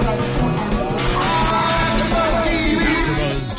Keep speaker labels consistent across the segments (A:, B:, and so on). A: AfterBuzz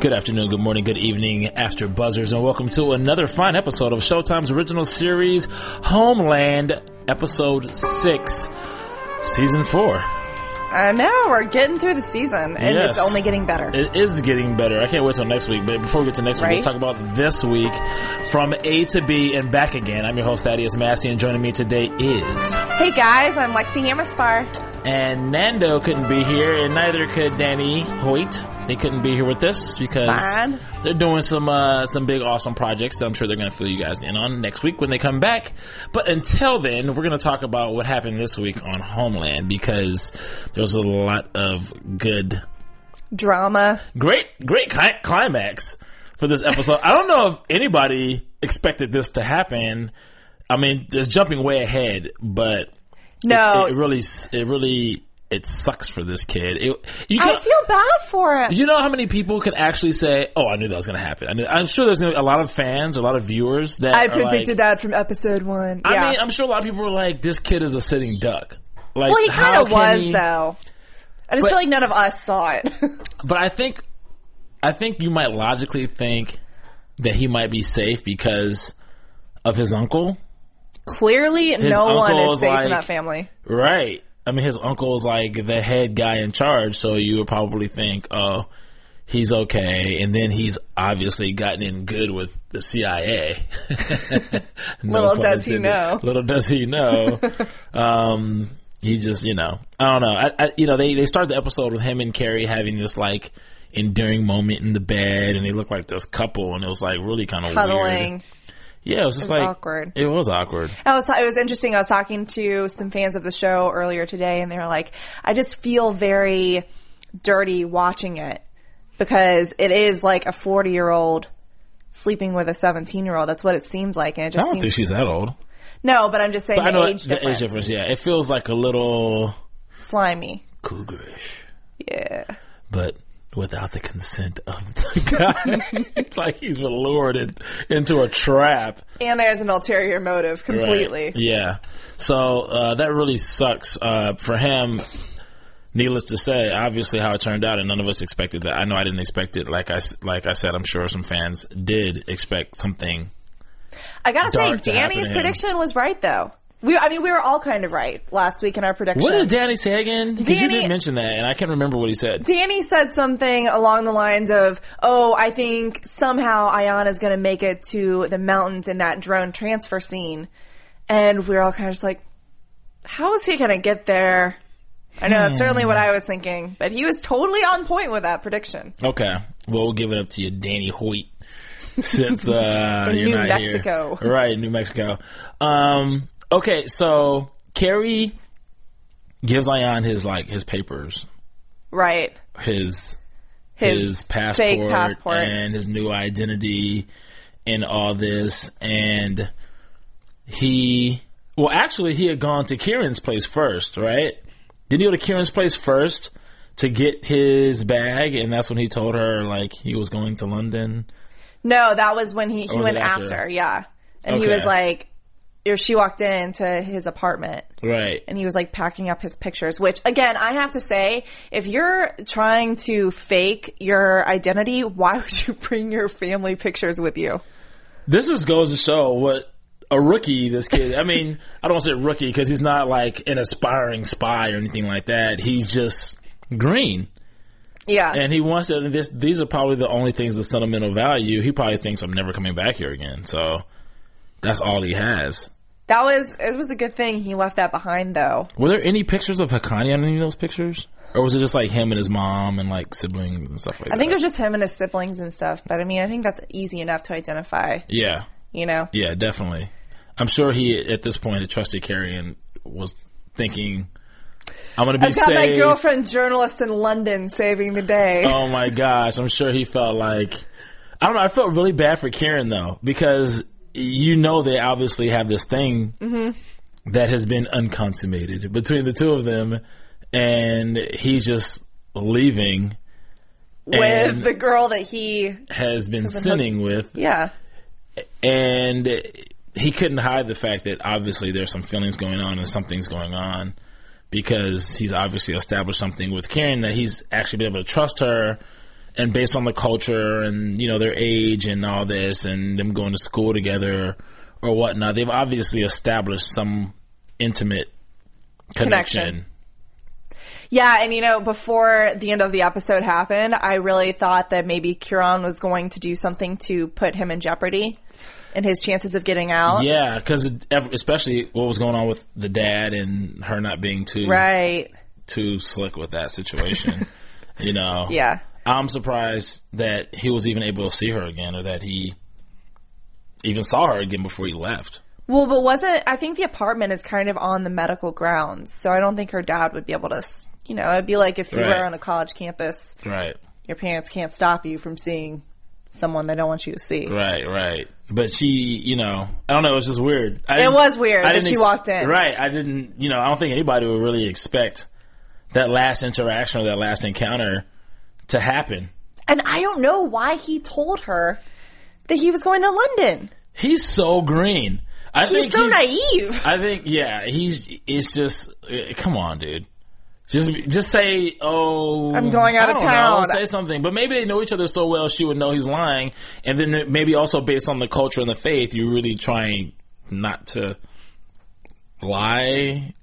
B: Good afternoon, good morning, good evening, after buzzers, and welcome to another fine episode of Showtime's original series, Homeland, episode six, season four.
C: I know we're getting through the season, and
B: Yes.
C: it's only getting better.
B: It is getting better. I can't wait till next week. But before we get to next week, let's
C: Right.
B: talk about this week from A to B and back again. I'm your host Thaddeus Massey, and joining me today is
C: hey guys, I'm Lexi Hamasfar.
B: and Nando couldn't be here, and neither could Danny Hoyt. They couldn't be here with us because
C: fine.
B: they're doing some uh, some big awesome projects that I'm sure they're going to fill you guys in on next week when they come back. But until then, we're going to talk about what happened this week on Homeland because there was a lot of good,
C: Drama.
B: great, great cli- climax for this episode. I don't know if anybody expected this to happen. I mean, it's jumping way ahead, but
C: No,
B: it, it really, s- it really, it sucks for this kid. It, you
C: I
B: can-
C: feel bad for him.
B: you know how many people can actually say, "Oh, I knew that was going to happen." I knew, I'm sure there's gonna be a lot of fans, a lot of viewers that
C: I
B: are like-
C: predicted that from episode one.
B: I
C: yeah.
B: mean, I'm sure a lot of people were like, "This kid is a sitting duck." Like,
C: well, he
B: how
C: kind of
B: can
C: was
B: he-
C: though. I just
B: But-
C: feel like none of us saw it.
B: But I think, I think you might logically think that he might be safe because of his uncle,
C: Clearly, no one
B: uncle
C: is
B: is
C: safe
B: like-
C: in that family.
B: right? I mean, his uncle is like the head guy in charge, so you would probably think, "Oh." He's okay, and then he's obviously gotten in good with the CIA. No
C: Little
B: pun
C: does he
B: intended.
C: know.
B: Little does he know. um, he just, you know, I don't know. I, I, you know, they they start the episode with him and Carrie having this like enduring moment in the bed, and they look like this couple, and it was like really kind of
C: Cuddling.
B: Yeah, it was just
C: was
B: like
C: awkward.
B: It was awkward.
C: I was, it was interesting. I was talking to some fans of the show earlier today, and they were like, I just feel very dirty watching it because it is like a 40 year old sleeping with a 17 year old. That's what it seems like. And it
B: I
C: just
B: don't think
C: seems.
B: she's that old.
C: no, but I'm just saying
B: I
C: the
B: know
C: age,
B: the
C: difference.
B: age difference. Yeah, it feels like a little
C: Slimy.
B: cougarish,
C: Yeah.
B: but. Without the consent of the guy, it's like he's been lured in, into a trap.
C: And there's an ulterior motive completely.
B: Right. Yeah. So uh, that really sucks uh, for him. Needless to say, obviously how it turned out, and none of us expected that. I know I didn't expect it. Like I s- like I said, I'm sure some fans did expect something.
C: I gotta say,
B: Dark to happen
C: Danny's
B: to him.
C: prediction was right though. We, I mean, we were all kind of right last week in our prediction.
B: What did Danny say again? 'Cause you
C: Danny-
B: didn't mention that, and I can't remember what he said.
C: Danny said something along the lines of, "Oh, I think somehow Ayana's going to make it to the mountains in that drone transfer scene," and we are all kind of just like, "How is he going to get there?" I know that's certainly what I was thinking, but he was totally on point with that prediction.
B: Okay, well we'll give it up to you, Danny Hoyt, since uh,
C: In
B: you're
C: New
B: not
C: Mexico.
B: here. right? in New Mexico. Um, okay, so Carrie gives Ion his like his papers,
C: Right?
B: his
C: His,
B: his passport,
C: fake passport.
B: and his new identity and all this and he well actually he had gone to Kieran's place first, right? Did he go to Kieran's place first to get his bag and that's when he told her like he was going to London?
C: no, that was when he he
B: Oh, was
C: went
B: it
C: after?
B: after?
C: yeah, and he
B: Okay.
C: was like, or she walked into his apartment.
B: Right.
C: and he was like packing up his pictures which again i have to say if you're trying to fake your identity why would you bring your family pictures with you
B: This just goes to show what a rookie this kid. I mean, I don't want to say rookie because he's not like an aspiring spy or anything like that. He's just green.
C: yeah
B: And he wants to. This, these are probably the only things of sentimental value. He probably thinks I'm never coming back here again. So that's all he has.
C: that was it was a good thing he left that behind though
B: Were there any pictures of Hakani on any of those pictures? or was it just like him and his mom and like siblings and stuff like that?
C: I think it was just him and his siblings and stuff, but I mean, I think that's easy enough to identify,
B: yeah,
C: you know?
B: yeah, definitely. I'm sure he at this point had trusted Carrie and was thinking, "I'm gonna be
C: I've got my
B: safe."
C: girlfriend journalist in London saving the day.
B: oh my gosh, I'm sure he felt like I don't know. I felt really bad for Karen though because you know they obviously have this thing that has been unconsummated between the two of them, and he's just leaving
C: with
B: and-
C: the girl that he,
B: has been sinning with
C: yeah.
B: and he couldn't hide the fact that obviously there's some feelings going on and something's going on because he's obviously established something with Karen that he's actually been able to trust her and based on the culture and you know their age and all this and them going to school together or whatnot they've obviously established some intimate connection,
C: Connection. Yeah, and you know, before the end of the episode happened, I really thought that maybe Curon was going to do something to put him in jeopardy and his chances of getting out.
B: yeah because especially what was going on with the dad and her not being too
C: Right.
B: too slick with that situation you know
C: Yeah.
B: I'm surprised that he was even able to see her again, or that he even saw her again before he left.
C: Well, but wasn't I think the apartment is kind of on the medical grounds, so I don't think her dad would be able to, s- you know, it'd be like if you
B: Right.
C: were on a college campus,
B: Right,
C: your parents can't stop you from seeing someone they don't want you to see.
B: right, right. But she, you know, I don't know. It was just weird. I
C: It
B: didn't-
C: was weird
B: I
C: that
B: didn't
C: she walked in.
B: Right. I didn't. You know, I don't think anybody would really expect that last interaction or that last encounter to happen.
C: And I don't know why he told her that he was going to London.
B: He's so green. I
C: He's
B: think
C: so
B: he's,
C: naive.
B: I think yeah. He's. It's just. eh, Come on, dude. Just just say, oh,
C: I'm going out
B: I
C: of
B: don't
C: town.
B: Know, say something, but maybe they know each other so well, she would know he's lying, and then maybe also based on the culture and the faith, you're really trying not to lie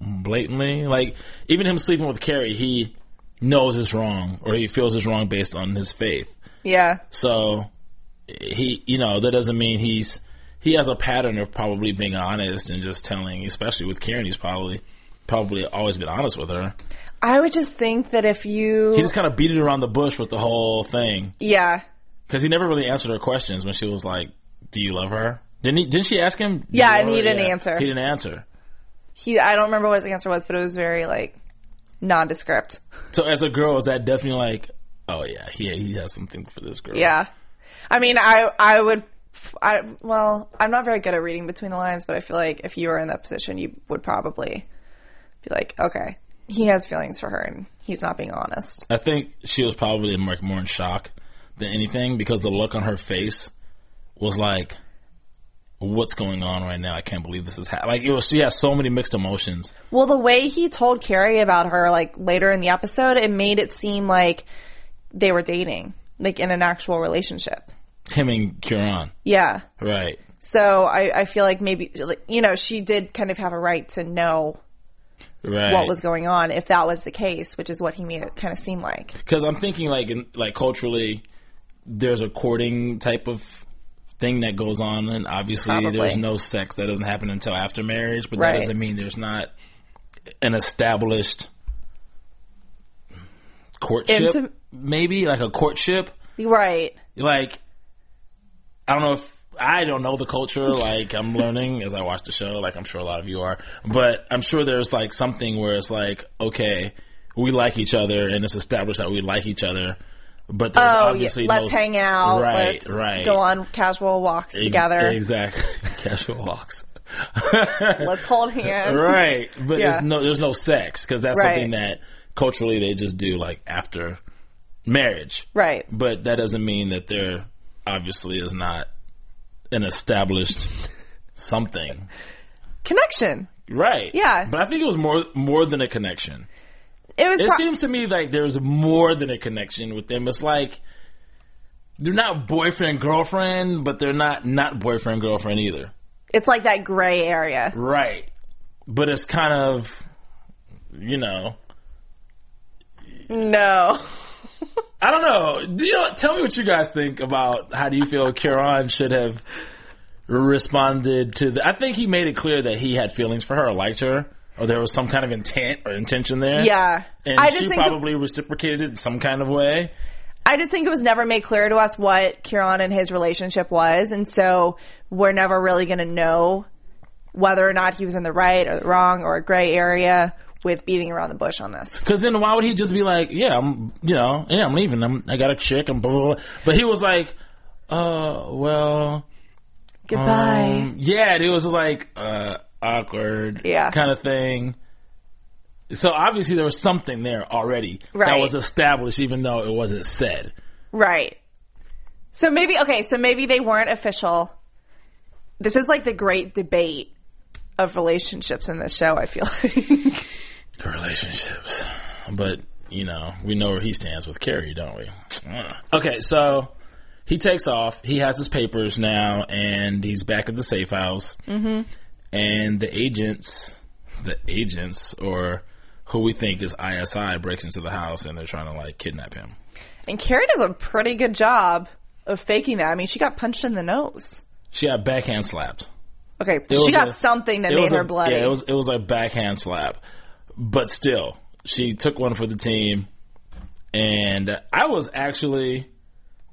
B: blatantly. Like even him sleeping with Carrie, he knows it's wrong, or he feels it's wrong based on his faith.
C: Yeah.
B: So he, you know, that doesn't mean he's he has a pattern of probably being honest and just telling, especially with Karen, he's probably probably always been honest with her.
C: I would just think that if you,
B: He just kind of beat it around the bush with the whole thing
C: yeah,
B: because he never really answered her questions when she was like, "Do you love her?" Didn't he, didn't she ask him? "Do you
C: Yeah,
B: love
C: and he
B: her?"
C: didn't answer.
B: He didn't answer.
C: he. I don't remember what his answer was, but it was very like nondescript.
B: So as a girl, is that definitely like, oh yeah, he he has something for this girl?
C: Yeah. I mean, I I would. I well, I'm not very good at reading between the lines, but I feel like if you were in that position, you would probably be like, okay, he has feelings for her, and he's not being honest.
B: I think she was probably more, more in shock than anything because the look on her face was like, "What's going on right now? I can't believe this is happening." Like it was, she has so many mixed emotions.
C: Well, the way he told Carrie about her, like later in the episode, it made it seem like they were dating, like in an actual relationship.
B: Him and Curon,
C: Yeah.
B: right?
C: So I, I feel like maybe, like, you know, she did kind of have a right to know
B: Right.
C: what was going on if that was the case, which is what he made it kind of seem like.
B: because I'm thinking like in, like culturally, there's a courting type of thing that goes on, and obviously
C: Probably.
B: there's no sex that doesn't happen until after marriage, but
C: Right.
B: that doesn't mean there's not an established courtship,
C: Intim-
B: maybe like a courtship,
C: Right.
B: like I don't know if. I don't know the culture. Like I'm learning as I watch the show. Like I'm sure a lot of you are, but I'm sure there's like something where it's like, okay, we like each other, and it's established that we like each other. But there's
C: Oh, yeah.
B: obviously
C: Let's
B: no-
C: hang out.
B: Right,
C: Let's
B: right.
C: go on casual walks
B: Ex-
C: together.
B: Exactly. Casual walks.
C: Let's hold hands.
B: right, but
C: Yeah.
B: there's no there's no sex because that's
C: Right.
B: something that culturally they just do like after marriage.
C: Right.
B: But that doesn't mean that there obviously is not an established something.
C: Connection.
B: Right.
C: Yeah.
B: But I think it was more more than a connection.
C: It was
B: It
C: pro-
B: seems to me like there's more than a connection with them. It's like they're not boyfriend girlfriend, but they're not not boyfriend girlfriend either.
C: it's like that gray area.
B: Right. But it's kind of you know,
C: No.
B: I don't know. Do you know, tell me what you guys think about how do you feel Kieran should have responded to the I think he made it clear that he had feelings for her, liked her. or there was some kind of intent or intention there.
C: Yeah.
B: and
C: I just
B: she
C: think-
B: probably reciprocated it in some kind of way.
C: I just think it was never made clear to us what Kieran and his relationship was, and so we're never really going to know whether or not he was in the right or the wrong or a gray area with beating around the bush on this.
B: Because then why would he just be like, yeah, I'm, you know, yeah, I'm leaving. I'm, I got a chick and blah, blah, blah. But he was like, uh, well,
C: Goodbye.
B: um, yeah, and it was like, uh, awkward
C: Yeah.
B: kind of thing. So obviously there was something there already that
C: Right.
B: was established, even though it wasn't said.
C: Right. So maybe okay, so maybe they weren't official. This is like the great debate of relationships in this show, I feel like.
B: Relationships. But, you know, we know where he stands with Carrie, don't we? Okay, so he takes off. He has his papers now, and he's back at the safe house. Mm-hmm. And the agents, the agents, or who we think is ISI, breaks into the house and they're trying to, like, kidnap him.
C: and Carrie does a pretty good job of faking that. I mean, she got punched in the nose.
B: She got backhand slapped.
C: Okay,
B: It
C: she
B: was
C: got
B: a-
C: something that
B: it
C: made
B: was a-
C: her bloody.
B: Yeah, it was it was a backhand slap, but still, she took one for the team, and I was actually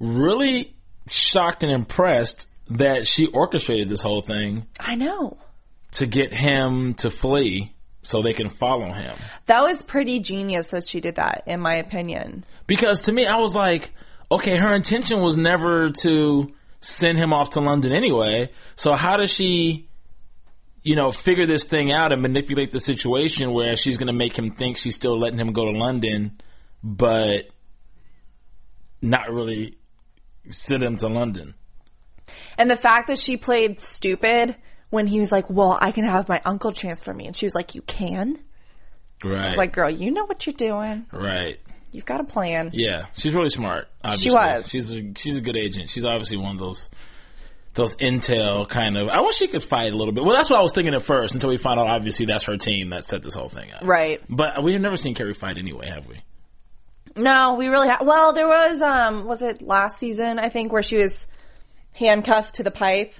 B: really shocked and impressed that she orchestrated this whole thing
C: I know.
B: to get him to flee so they can follow him.
C: That was pretty genius that she did that, in my opinion.
B: Because to me, I was like, okay, her intention was never to send him off to London anyway. So how does she, you know, figure this thing out and manipulate the situation where she's going to make him think she's still letting him go to London, but not really send him to London?
C: And the fact that she played stupid when he was like, Well, I can have my uncle transfer me. And she was like, You can?
B: Right.
C: Like, girl, you know what you're doing.
B: right.
C: You've got a plan.
B: Yeah, she's really smart. Obviously.
C: was.
B: She's a, she's a good agent. She's obviously one of those those intel kind of. I wish she could fight a little bit. Well, that's what I was thinking at first until we found out. Obviously, that's her team that set this whole thing up.
C: Right.
B: But we have never seen Carrie fight anyway, have we?
C: No, we really ha- well, there was um was it last season, I think, where she was handcuffed to the pipe.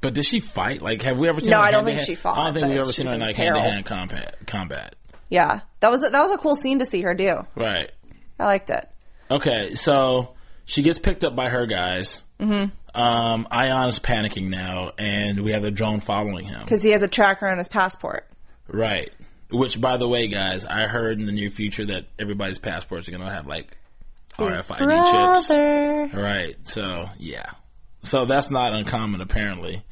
B: But did she fight? Like, have we ever seen?
C: No,
B: her
C: I don't think
B: hand-to-hand-
C: she fought,
B: I don't think
C: but
B: we've ever
C: she
B: seen
C: was
B: her in
C: in
B: like hand
C: peril.
B: to hand combat. Combat.
C: Yeah. That was a, that was a cool scene to see her do.
B: Right.
C: I liked it.
B: Okay, so she gets picked up by her guys. Mm-hmm. Um, Ion's panicking now, and we have the drone following him.
C: Cuz he has a tracker on his passport.
B: Right. Which, by the way, guys, I heard in the near future that everybody's passports are going to have like RFID chips.
C: Brother.
B: Right. So, yeah. So that's not uncommon, apparently.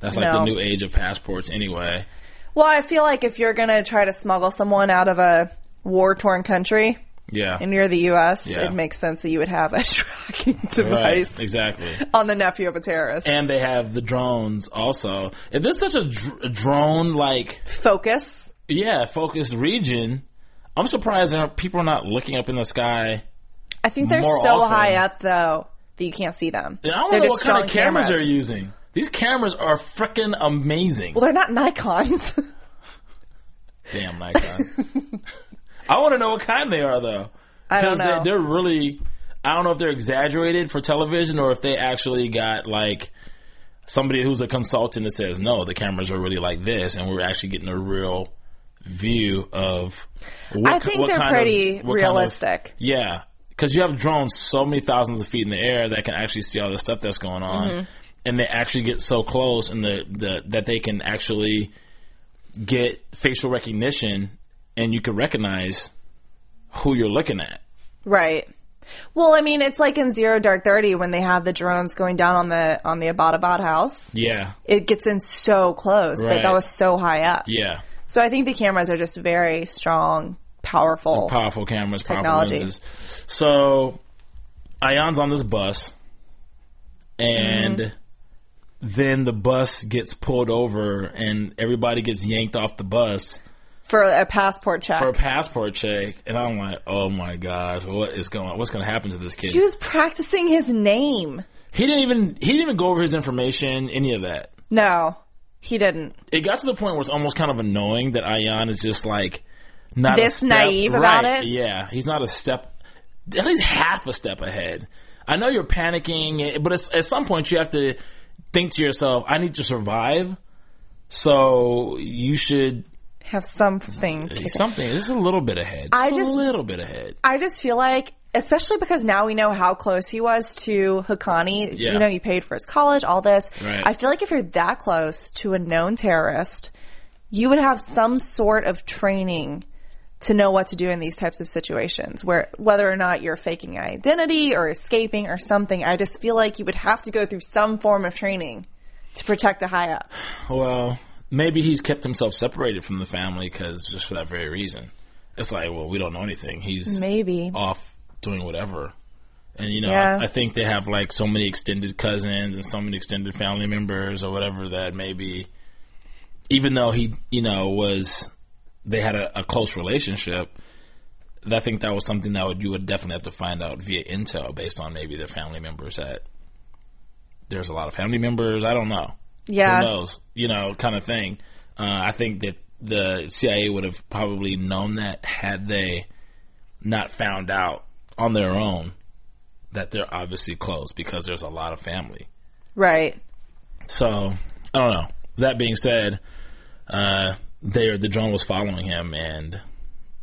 B: That's like the
C: No.
B: new age of passports, anyway.
C: Well, I feel like if you're going to try to smuggle someone out of a war-torn country,
B: Yeah.
C: and you're the U.S.,
B: Yeah.
C: it makes sense that you would have a tracking
B: right.
C: device
B: Exactly.
C: on the nephew of a terrorist.
B: And they have the drones also. If there's such a dr- drone like,
C: Focus.
B: yeah, focused region, I'm surprised there are, people are not looking up in the sky.
C: I think they're
B: More
C: so
B: often.
C: high up though that you can't see them.
B: And I don't
C: they're
B: know
C: just
B: what kind
C: strong
B: of cameras,
C: cameras.
B: they're using. These cameras are freaking amazing.
C: Well, they're not Nikon's.
B: Damn Nikon. I want to know what kind they are though.
C: I don't
B: 'Cause they-
C: know.
B: They're really. I don't know if they're exaggerated for television or if they actually got like somebody who's a consultant that says no, the cameras are really like this, and we're actually getting a real view of. What,
C: I
B: ki-
C: think
B: what
C: they're
B: kind of-
C: pretty
B: what kind of-
C: realistic.
B: yeah, because you have drones so many thousands of feet in the air that can actually see all the stuff that's going on, and they actually get so close, and the, the that they can actually get facial recognition, and you can recognize who you're looking at.
C: right. Well, I mean, it's like in Zero Dark Thirty when they have the drones going down on the on the Abbottabad house.
B: Yeah,
C: It gets in so close, but
B: Right.
C: that was so high up.
B: yeah.
C: So I think the cameras are just very strong, powerful.
B: Powerful cameras,
C: Technology.
B: powerful lenses. So, Ion's on this bus, and then the bus gets pulled over, and everybody gets yanked off the bus.
C: for a passport check.
B: for a passport check, and I'm like, oh my gosh, what is going? What's going to happen to this kid?
C: he was practicing his name.
B: He didn't even he didn't even go over his information, any of that.
C: No, he didn't.
B: It got to the point where it's almost kind of annoying that Ayan is just like not a
C: This
B: step-
C: naive
B: right,
C: about it?
B: Yeah, he's not a step, at least half a step ahead. I know you're panicking, but it's, at some point you have to think to yourself, I need to survive, so you should
C: have something.
B: Something. Just a little bit ahead. Just
C: I
B: a
C: just-
B: little bit ahead.
C: I just feel like, especially because now we know how close he was to Hakani.
B: Yeah.
C: You know, he paid for his college, all this.
B: Right.
C: I feel like if you're that close to a known terrorist, you would have some sort of training to know what to do in these types of situations, where whether or not you're faking identity or escaping or something. I just feel like you would have to go through some form of training to protect a high up.
B: Well, maybe he's kept himself separated from the family because just for that very reason. It's like, well, we don't know anything. He's
C: Maybe.
B: off doing whatever. And you know,
C: Yeah.
B: I, I think they have like so many extended cousins and so many extended family members or whatever that maybe, even though he, you know, was they had a, a close relationship. I think that was something that would you would definitely have to find out via intel based on maybe their family members. That there's a lot of family members. I don't know who
C: Yeah.
B: knows, you know, kind of thing. Uh, I think that the CIA would have probably known that had they not found out on their own that they're obviously close because there's a lot of family.
C: Right.
B: So I don't know. That being said, uh, there the drone was following him, and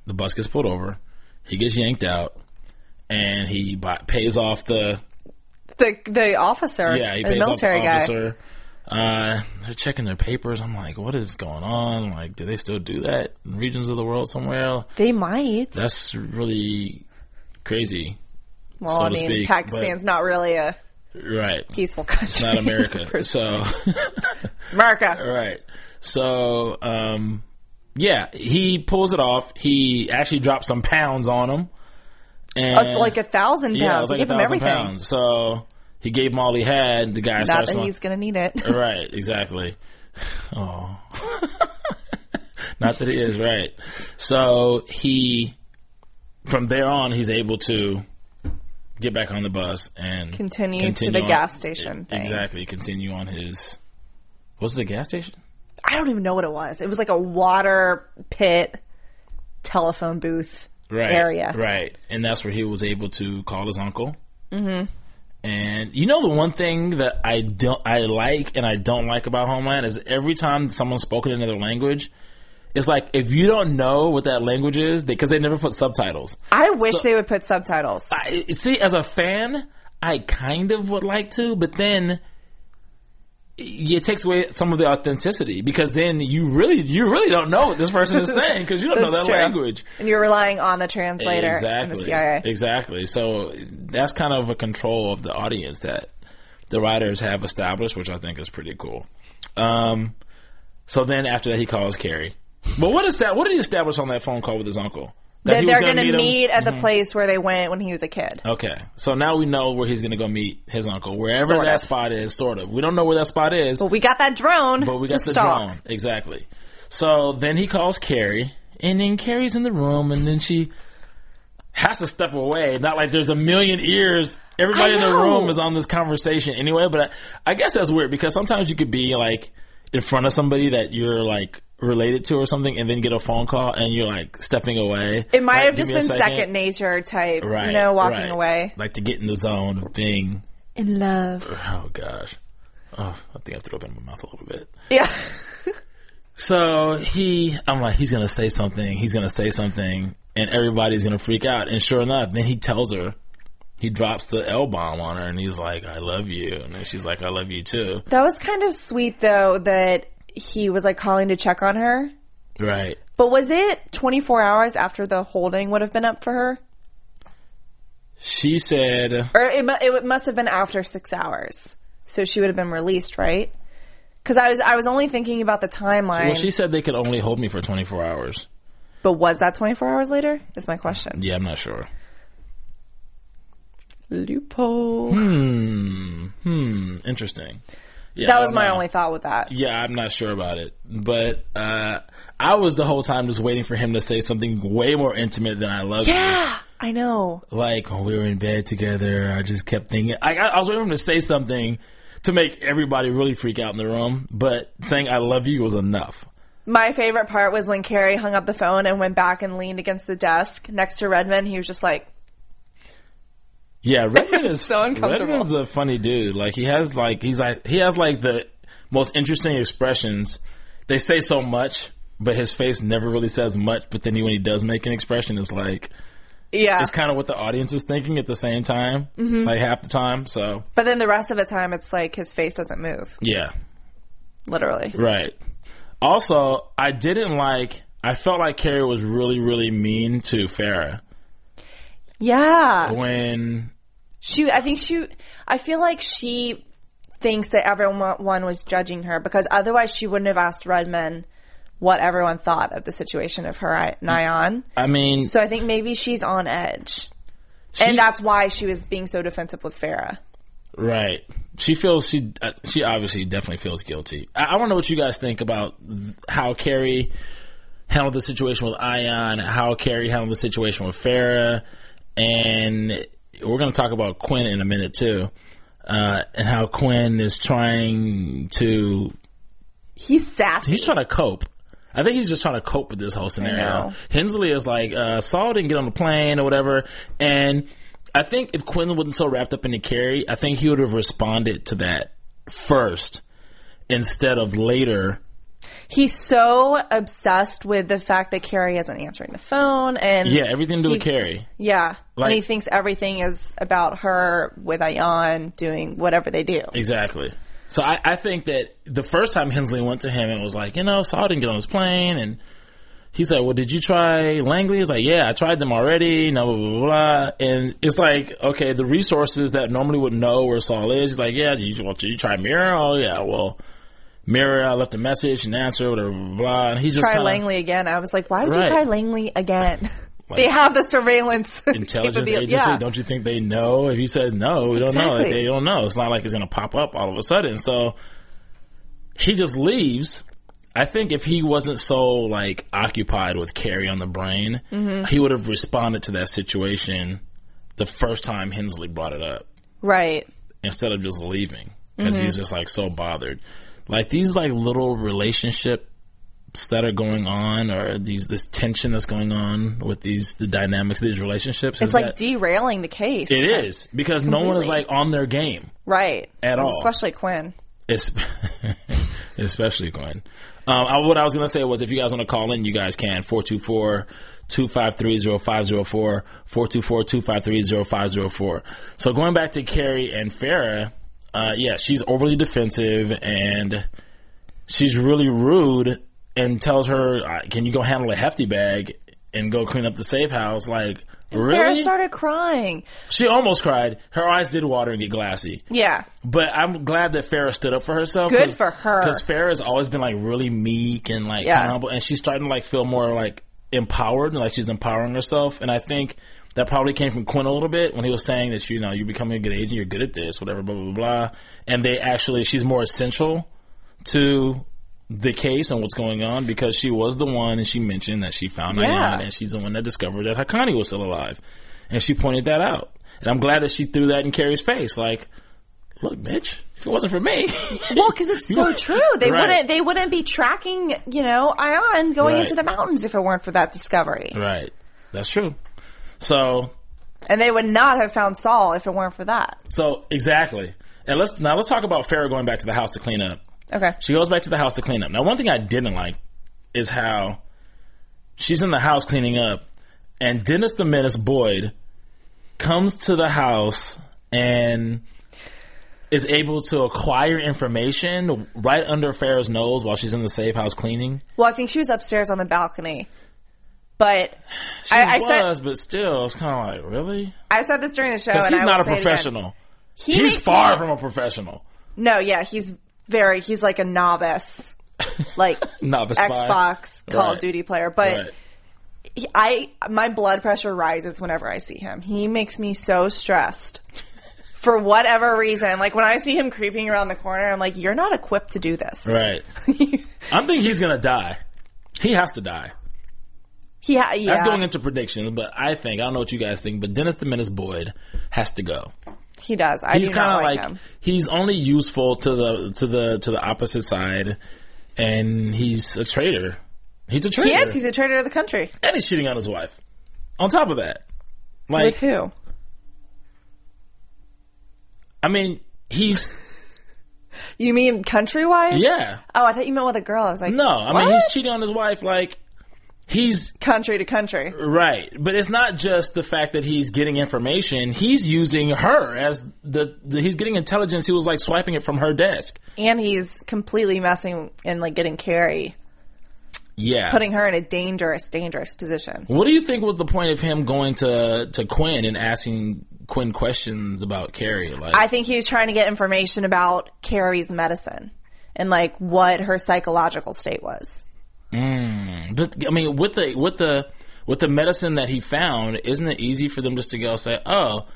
B: the bus gets pulled over. He gets yanked out, and he bu- pays off the
C: The the officer,
B: yeah, he
C: the
B: pays off the
C: military guy.
B: officer. Uh, they're checking their papers. I'm like, what is going on? Like, do they still do that in regions of the world somewhere?
C: They might.
B: That's really crazy,
C: Well,
B: so
C: I
B: to
C: mean,
B: speak,
C: Pakistan's not really a
B: right?
C: peaceful country.
B: Not America. so,
C: America.
B: right. So, um, yeah, he pulls it off. He actually drops some pounds on him, and
C: Oh, It's like a thousand pounds.
B: yeah, it was
C: They
B: like a
C: give him
B: thousand
C: everything.
B: pounds. So he gave him all he had. The guy
C: Not
B: starts
C: that
B: on-
C: he's going to need it.
B: Right, exactly. Oh. Not that it is, right. So he, from there on, he's able to get back on the bus and
C: Continue, to the
B: on-
C: gas station thing.
B: Exactly, continue on his. What's the gas station?
C: I don't even know what it was. It was like a water pit telephone booth.
B: Right.
C: Area.
B: Right. And that's where he was able to call his uncle. Mm-hmm. And you know the one thing that I don't I like and I don't like about Homeland is every time someone's spoken another language, it's like if you don't know what that language is, because they never put subtitles.
C: I wish they would put subtitles.
B: I, see, as a fan, I kind of would like to, but then it takes away some of the authenticity because then you really you really don't know what this person is saying because you don't know that
C: That's true.
B: language.
C: and you're relying on the translator and
B: Exactly.
C: the CIA.
B: Exactly. So that's kind of a control of the audience that the writers have established, which I think is pretty cool. Um, so then after that, he calls Carrie. But what is that? What did he establish on that phone call with his uncle? he
C: That
B: was
C: they're going to meet,
B: him- Mm-hmm.
C: at the place where they went when he was a kid.
B: Okay, so now we know where he's going to go meet his uncle, wherever
C: Sort
B: that
C: of.
B: spot is. Sort of. We don't know where that spot is,
C: But we got that drone.
B: but we
C: to
B: got the
C: stalk.
B: drone exactly. So then he calls Carrie, and then Carrie's in the room, and then she has to step away. Not like there's a million ears. Everybody
C: I
B: in the
C: know.
B: room is on this conversation anyway. But I, I guess that's weird because sometimes you could be like in front of somebody that you're like related to or something, and then get a phone call, and you're like stepping away.
C: It might
B: Like,
C: have
B: give
C: just
B: me a
C: been second nature type, you know, walking
B: right.
C: away.
B: Like to get in the zone of being.
C: In love.
B: Oh gosh. Oh, I think I threw up in my mouth a little bit.
C: Yeah.
B: So he, I'm like, he's gonna say something. He's gonna say something, and everybody's gonna freak out. And sure enough, then he tells her. He drops the L bomb on her, and he's like, "I love you," and then she's like, "I love you too."
C: That was kind of sweet though that he was like calling to check on her.
B: Right.
C: But was it 24 hours after the holding would have been up for her?
B: She said,
C: Or it, mu- it must have been after 6 hours. So she would have been released, right? Cuz I was I was only thinking about the timeline.
B: "Well, she said they could only hold me for 24 hours."
C: but was that 24 hours later? Is my question.
B: Yeah, I'm not sure.
C: Loophole.
B: Hmm, interesting. Yeah, I
C: That was
B: don't
C: my
B: know.
C: only thought with that.
B: Yeah, I'm not sure about it, but uh, I was the whole time just waiting for him to say something way more intimate than "I love
C: Yeah, I know.
B: you." Like when we were in bed together, I just kept thinking. I, I I was waiting for him to say something to make everybody really freak out in the room, but saying "I love you" was enough.
C: My favorite part was when Carrie hung up the phone and went back and leaned against the desk next to Redmond. He was just like,
B: Yeah, Redmond is
C: so uncomfortable.
B: Redmond's a funny dude. Like he has like he's like he has like the most interesting expressions. They say so much but his face never really says much. But then he, when he does make an expression, it's like
C: Yeah.
B: it's kind of what the audience is thinking at the same time,
C: Mm-hmm.
B: like half the time. So
C: But then the rest of the time, it's like his face doesn't move,
B: yeah,
C: literally.
B: Right. Also, I didn't like. I felt like Carrie was really, really mean to Farah
C: Yeah.
B: when.
C: She, I think she, I feel like she thinks that everyone one was judging her because otherwise she wouldn't have asked Redman what everyone thought of the situation of her and Nyan.
B: I mean,
C: So I think maybe she's on edge.
B: she-
C: and that's why she was being so defensive with Farah.
B: right. She feels she uh, she obviously definitely feels guilty. I, I want to know what you guys think about th- how Carrie handled the situation with Ion, how Carrie handled the situation with Farah, and we're going to talk about Quinn in a minute too, uh, and how Quinn is trying to
C: He's sassy.
B: He's trying to cope. I think he's just trying to cope with this whole scenario.
C: know.
B: Hensley is like, uh, Saul didn't get on the plane or whatever. And I think if Quinn wasn't so wrapped up in the carry, I think he would have responded to that first instead of later.
C: He's so obsessed with the fact that Carrie isn't answering the phone and
B: Yeah, everything to do with
C: He-
B: Carrie.
C: Yeah.
B: Like-
C: and he thinks everything is about her with Ayan doing whatever they do.
B: Exactly. So I, I think that the first time Hensley went to him and was like, you know, Saul didn't get on his plane and he said, Well, did you try Langley? He's like, Yeah, I tried them already, no blah blah blah, blah. And it's like, okay, the resources that normally would know where Saul is, he's like, Yeah, did you well, did you try Mirror? Oh yeah, well Mirror, I left a message and answer, whatever blah, blah, blah. And he's just
C: Try
B: kinda-
C: Langley again. I was like, why would
B: Right.
C: you try Langley again? they have the surveillance
B: intelligence
C: capability.
B: agency.
C: Yeah.
B: Don't you think they know? If you said no, we don't know. Like,
C: Exactly.
B: they don't know. It's not like it's going to pop up all of a sudden. So he just leaves. I think if he wasn't so like occupied with Carrie on the brain,
C: Mm-hmm.
B: he would have responded to that situation the first time Hensley brought it up
C: Right.
B: instead of just leaving because he's
C: Mm-hmm.
B: just like so bothered. Like these like little relationships that are going on, or these this tension that's going on with these the dynamics of these relationships.
C: It's
B: is
C: like
B: that-
C: derailing the case.
B: it is because no one is like on their game
C: Right.
B: at all.
C: Especially Quinn.
B: Es- especially Glenn. Um, I, what I was going to say was if you guys want to call in, you guys can. 424 253 0504. 424 253 0504. So going back to Carrie and Farah, uh, yeah, she's overly defensive and she's really rude and tells her, uh, Can you go handle a hefty bag and go clean up the safe house? Like,
C: Farrah
B: really?
C: started crying.
B: She almost cried. Her eyes did water and get glassy.
C: Yeah.
B: But I'm glad that Farrah stood up for herself.
C: Good for her.
B: Because Farrah's always been like really meek and like
C: Yeah.
B: kind of humble, and she's starting to like feel more like empowered, like she's empowering herself. And I think that probably came from Quinn a little bit when he was saying that you know you're becoming a good agent, you're good at this, whatever, blah blah blah. And they actually she's more essential to the case and what's going on because she was the one and she mentioned that she found
C: Yeah.
B: Ayan and she's the one that discovered that Hakani was still alive. And she pointed that out. And I'm glad that she threw that in Carrie's face. Like, look, bitch, if it wasn't for me.
C: Well, because it's so true. They
B: Right.
C: wouldn't. They wouldn't be tracking, you know, Ion going
B: Right.
C: into the mountains if it weren't for that discovery.
B: right. That's true. So,
C: And they would not have found Saul if it weren't for that.
B: so exactly. And let's now let's talk about Farrah going back to the house to clean up.
C: Okay.
B: She goes back to the house to clean up. Now, one thing I didn't like is how she's in the house cleaning up, and Dennis the Menace Boyd comes to the house and is able to acquire information right under Farrah's nose while she's in the safe house cleaning.
C: Well, I think she was upstairs on the balcony. But I, I
B: She
C: said
B: was, but still, it's kind of like, really?
C: I said this during the show,
B: Because
C: and
B: he's
C: I
B: not
C: will
B: a
C: say it again.
B: professional.
C: He
B: He's
C: makes
B: far
C: me-
B: from a professional.
C: No, yeah, he's very. He's like a novice, like
B: Novice spy.
C: Xbox Call
B: Right.
C: of Duty player. But
B: Right.
C: he- I, my blood pressure rises whenever I see him. He makes me so stressed. For whatever reason, like when I see him creeping around the corner, I'm like, "You're not equipped to do this."
B: Right. I'm thinking he's going to die. He has to die.
C: he, ha- yeah,
B: That's going into predictions, but I think I don't know what you guys think, but Dennis the Menace Boyd has to go.
C: he does. I
B: He's
C: do not
B: kind of
C: like,
B: like,
C: him.
B: he's only useful to the to the to the opposite side, and he's a traitor. He's a traitor,
C: He is. He's a traitor to the country.
B: and he's cheating on his wife. On top of that,
C: With
B: like
C: who?
B: I mean, he's
C: You mean country wise?
B: Yeah.
C: Oh, I thought you meant with a girl. I was like,
B: No, I mean
C: what?
B: he's cheating on his wife. Like he's
C: country to country.
B: right, but it's not just the fact that he's getting information. He's using her as the, the he's getting intelligence. He was like swiping it from her desk.
C: And he's completely messing and like getting Carrie,
B: Yeah.
C: putting her in a dangerous, dangerous position.
B: what do you think was the point of him going to to Quinn and asking Quinn questions about Carrie? Like,
C: I think he was trying to get information about Carrie's medicine and like what her psychological state was.
B: but I mean, with the with the with the medicine that he found, isn't it easy for them just to go say, "Oh,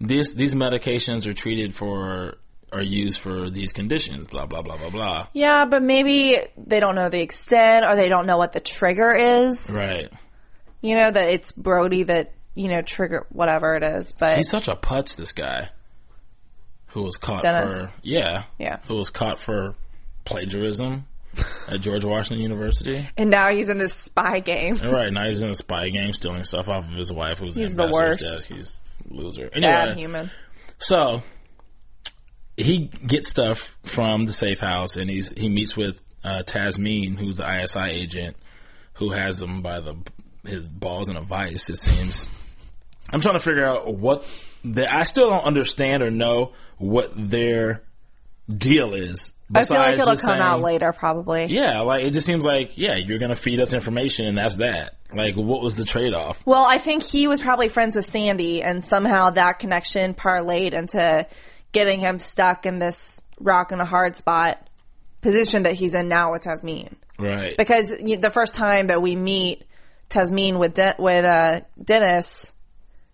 B: these these medications are treated for are used for these conditions," blah blah blah blah blah.
C: Yeah, but maybe they don't know the extent or they don't know what the trigger is.
B: Right.
C: You know, that it's Brody that, you know, trigger whatever it is. But
B: He's such a putz, this guy, who was caught
C: Dennis.
B: for yeah,
C: Yeah.
B: who was caught for plagiarism at George Washington University.
C: and now he's in this spy game.
B: All right, now he's in a spy game, stealing stuff off of his wife, who's
C: He's
B: an
C: the
B: ambassador's desk.
C: worst.
B: He's a loser.
C: Bad
B: Anyway,
C: human.
B: So he gets stuff from the safe house, and he's he meets with uh, Tasmin, who's the ISI agent, who has him by the his balls in a vice. It seems. I'm trying to figure out what the I still don't understand or know what their deal is.
C: I feel
B: besides
C: like it'll come
B: just
C: out
B: saying-
C: later, probably.
B: Yeah, like it just seems like yeah, you're gonna feed us information, and that's that. Like, what was the trade off?
C: Well, I think he was probably friends with Sandy, and somehow that connection parlayed into getting him stuck in this rock and a hard spot position that he's in now with Tasmin.
B: Right.
C: Because you, the first time that we meet Tasmin with De- with uh, Dennis,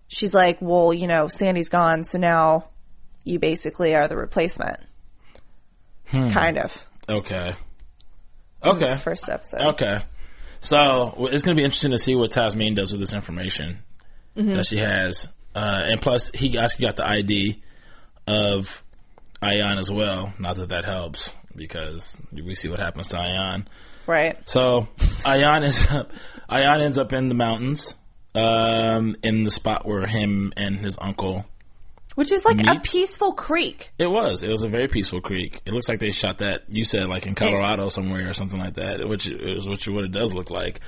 C: she's like, "Well, you know, Sandy's gone, so now you basically are the replacement." Kind of
B: Okay. Okay.
C: first episode.
B: Okay. So well, it's going to be interesting to see what Tasmin does with this information that she has. Uh, and plus, he actually got the ID of Ion as well. Not that that helps because we see what happens to Ion.
C: Right.
B: So Ion is up, Ion ends up in the mountains, um, in the spot where him and his uncle.
C: Which is like a
B: Meet.
C: peaceful creek.
B: It was. It was a very peaceful creek. It looks like they shot that. You said like in Colorado somewhere or something like that, which is which what it does look like.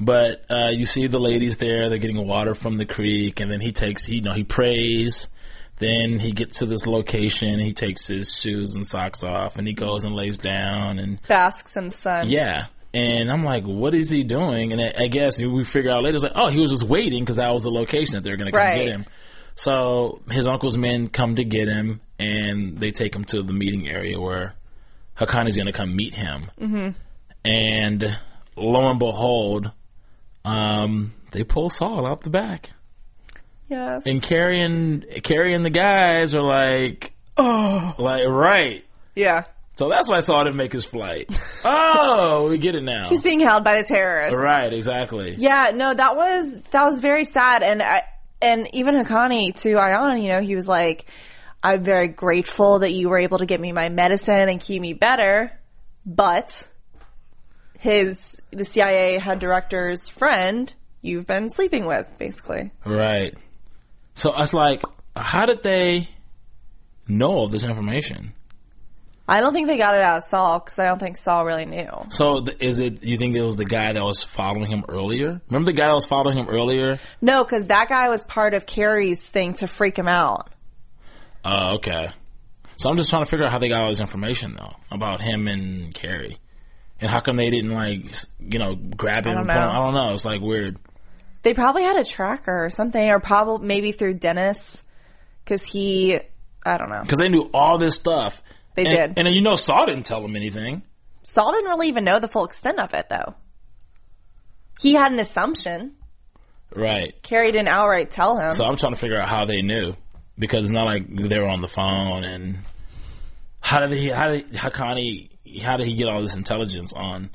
B: But uh, you see the ladies there. They're getting water from the creek, and then he takes. He, you know, he prays. Then he gets to this location. He takes his shoes and socks off, and he goes and lays down. And
C: Basks in the sun.
B: yeah, and I'm like, what is he doing? And I, I guess we figure out later. It's like, oh, he was just waiting because that was the location that they were going to come
C: Right.
B: get him. So his uncle's men come to get him, and they take him to the meeting area where Hakani's going to come meet him. Mm-hmm. And lo and behold, um, they pull Saul out the back,
C: Yes.
B: and Carrie and Carrie and the guys are like, oh, like right.
C: Yeah.
B: So that's why Saul didn't make his flight. oh, we get it now.
C: He's being held by the terrorists.
B: Right, exactly.
C: Yeah, no, that was that was very sad, and I, and even Hakani to Ion, you know, he was like, "I'm very grateful that you were able to get me my medicine and keep me better," but his the CIA head director's friend you've been sleeping with, basically.
B: Right. So I was like, how did they know all this information?
C: I don't think they got it out of Saul because I don't think Saul really knew.
B: So th- is it you think it was the guy that was following him earlier? Remember the guy that was following him earlier?
C: No, because that guy was part of Carrie's thing to freak him out.
B: Oh, okay. So I'm just trying to figure out how they got all this information though about him and Carrie, and how come they didn't like s- you know grab him?
C: don't
B: and
C: know.
B: put him- I don't know. It's like weird.
C: They probably had a tracker or something, or probably maybe through Dennis, because he, I don't know.
B: because they knew all this stuff.
C: They
B: and,
C: did.
B: and then you know Saul didn't tell them anything.
C: Saul didn't really even know the full extent of it, though. He had an assumption.
B: Right.
C: Carrie didn't outright tell him.
B: So I'm trying to figure out how they knew because it's not like they were on the phone and how did he how did Hakani how did he get all this intelligence on?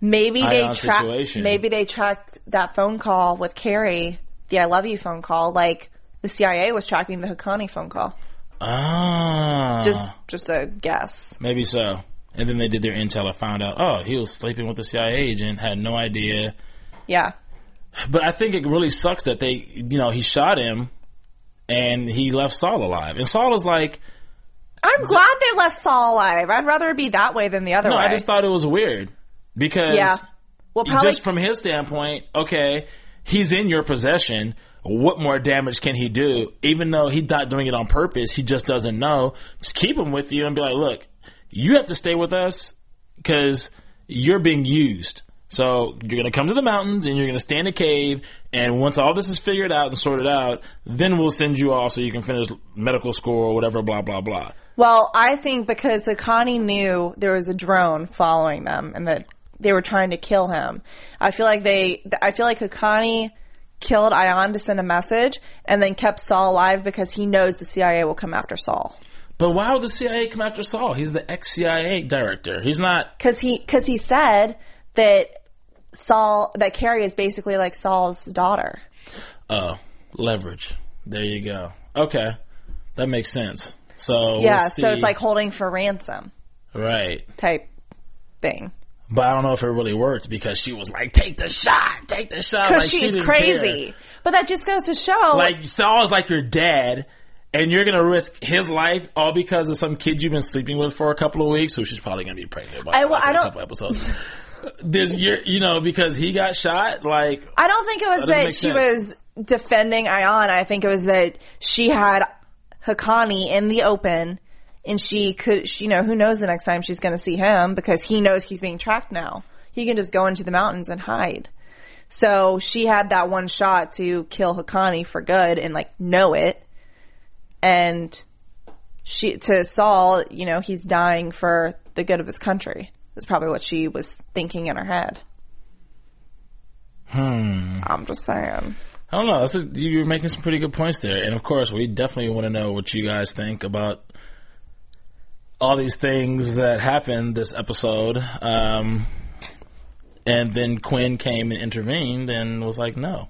C: maybe they
B: Ion
C: tracked.
B: situation.
C: Maybe they tracked that phone call with Carrie, the "I love you" phone call, like the CIA was tracking the Hakani phone call.
B: Ah,
C: Just, just a guess.
B: maybe so. And then they did their intel and found out. Oh, he was sleeping with the CIA agent. Had no idea.
C: Yeah,
B: But I think it really sucks that they, you know, he shot him, and he left Saul alive. And Saul is like,
C: I'm glad they left Saul alive. I'd rather it be that way than the other
B: No,
C: way.
B: I just thought it was weird because
C: yeah. Well, probably
B: just from his standpoint, okay, he's in your possession. What more damage can he do? Even though he's not doing it on purpose, he just doesn't know. Just keep him with you and be like, look, you have to stay with us because you're being used. So you're going to come to the mountains and you're going to stay in a cave. And once all this is figured out and sorted out, then we'll send you off so you can finish medical school or whatever, blah, blah, blah.
C: Well, I think because Akani knew there was a drone following them and that they were trying to kill him. I feel like they, I feel like Akani killed Ion to send a message and then kept Saul alive because he knows the CIA will come after Saul.
B: But why would the CIA come after Saul? He's the ex CIA director. He's not
C: Cause he, cause he said that Saul, that Carrie is basically like Saul's daughter.
B: Oh, leverage. There you go. Okay, that makes sense. So
C: Yeah.
B: we'll
C: So it's
B: Oh, see.
C: like holding for ransom
B: right,
C: type thing.
B: but I don't know if it really worked because she was like, "Take the shot, take the shot,"
C: Cause
B: like, she
C: she's
B: didn't
C: crazy.
B: care.
C: But that just goes to show
B: Like Saul's like your dad, and you're gonna risk his life all because of some kid you've been sleeping with for a couple of weeks, who she's probably gonna be pregnant by
C: I- well,
B: after
C: I
B: a
C: don't-
B: couple episodes. this year, you know, because he got shot. Like
C: I don't think it was
B: That doesn't
C: that,
B: make
C: she
B: sense.
C: was defending Ayan. I think it was that she had Hakani in the open and she could, she, you know, who knows the next time she's going to see him because he knows he's being tracked now. He can just go into the mountains and hide. So she had that one shot to kill Hakani for good and like know it. And she, to Saul, you know, he's dying for the good of his country. That's probably what she was thinking in her head. Hmm. I'm just saying.
B: I don't know. That's a, you- you're making some pretty good points there, and of course, we definitely want to know what you guys think about all these things that happened this episode. Um, and then Quinn came and intervened and was like, "No,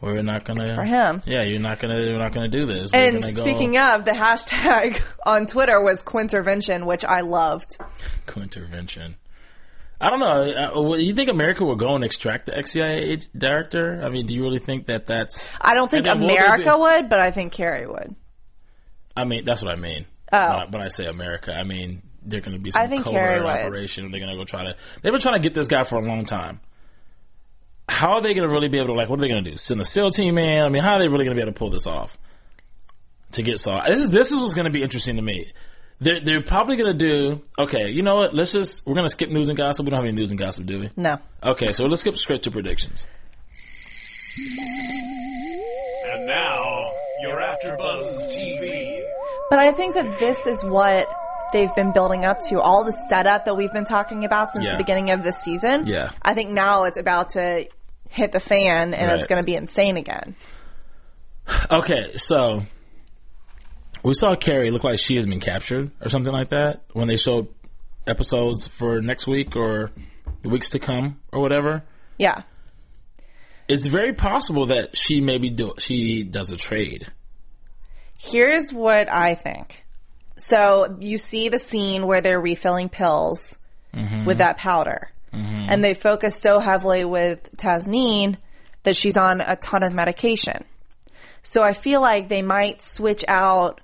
B: we're not gonna
C: For him.
B: Yeah, you're not gonna you're not gonna do this. We're
C: And
B: gonna
C: speaking of, the hashtag on Twitter was Quintervention, which I loved.
B: go intervention." I don't know. Uh, You think America will go and extract the ex CIA director? I mean, do you really think that that's?
C: I don't think
B: And then will they
C: America
B: be-
C: would, but I think Carrie would.
B: I mean, that's what I mean.
C: Oh.
B: When, I, when I say America, I mean they're going to be some
C: I think Harry
B: covert
C: would.
B: operation. They're going to go try to. They've been trying to get this guy for a long time. How are they going to really be able to like? What are they going to do? Send a SEAL team in? I mean, how are they really going to be able to pull this off? To get Saul, this is this is what's going to be interesting to me. They're they're probably going to do okay. You know what? Let's just we're going to skip news and gossip. We don't have any news and gossip, do we?
C: No.
B: Okay, so let's skip straight to predictions.
D: And now, you're after Buzz TV.
C: But I think that this is what they've been building up to. All the setup that we've been talking about since
B: Yeah.
C: the beginning of this season.
B: Yeah.
C: I think now it's about to hit the fan and it's
B: Right.
C: going to be insane again.
B: Okay, so we saw Carrie look like she has been captured or something like that when they showed episodes for next week or the weeks to come or whatever.
C: Yeah.
B: It's very possible that she maybe do she does a trade.
C: Here's what I think. So you see the scene where they're refilling pills with that powder, and they focus so heavily with Tasneem that she's on a ton of medication. So I feel like they might switch out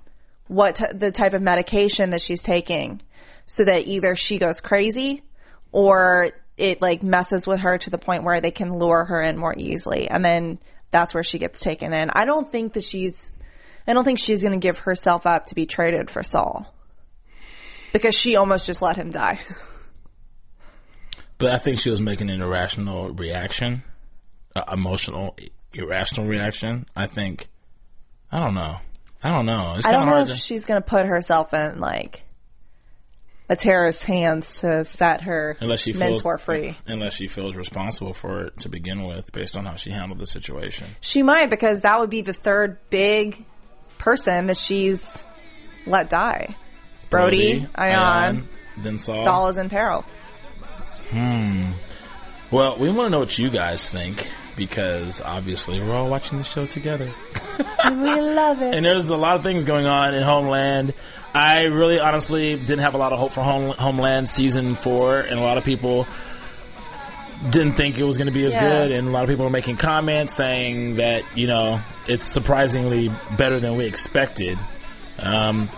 C: what t- the type of medication that she's taking, so that either she goes crazy or it like messes with her to the point where they can lure her in more easily, and then that's where she gets taken in. I don't think that she's I don't think she's going to give herself up to be traded for Saul because she almost just let him die.
B: But I think she was making an irrational reaction, uh, emotional irrational reaction. I think I don't know. I don't know. It's
C: I
B: kind
C: don't
B: of
C: know
B: hard
C: if
B: to
C: she's going to put herself in like a terrorist's hands to set her
B: unless she feels
C: mentor free.
B: unless she feels responsible for it to begin with based on how she handled the situation.
C: She might because that would be the third big person that she's let die. Brody, Ion,
B: then Saul.
C: Saul is in peril.
B: Well, we want to know what you guys think because obviously we're all watching the show together.
C: We love it.
B: And there's a lot of things going on in Homeland. I really honestly didn't have a lot of hope for Home- Homeland season 4 and a lot of people didn't think it was going to be as
C: Yeah.
B: good and a lot of people were making comments saying that, you know, it's surprisingly better than we expected. Um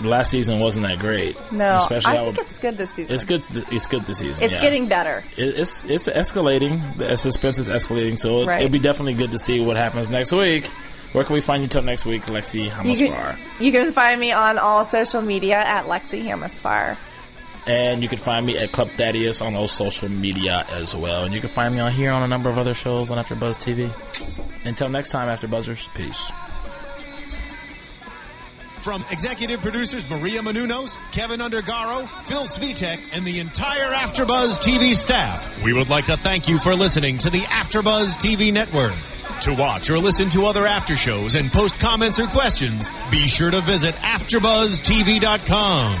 B: last season wasn't that great.
C: No,
B: especially
C: I think
B: how-
C: it's good this season.
B: it's good. th- It's good this season.
C: It's
B: yeah.
C: getting better.
B: It- it's it's escalating. The suspense is escalating. So it,
C: Right.
B: it'll be definitely good to see what happens next week. Where can we find you till next week, Lexi
C: You
B: Hamaswar?
C: can, you can find me on all social media at Lexi Hamasfire.
B: And you can find me at Club Thaddeus on all social media as well. And you can find me on here on a number of other shows on After Buzz TV. Until next time, After Buzzers, peace.
A: From executive producers Maria Manunos, Kevin Undergaro, Phil Svitek, and the entire Afterbuzz TV staff, we would like to thank you for listening to the Afterbuzz TV network. To watch or listen to other after shows and post comments or questions, be sure to visit AfterbuzzTV.com.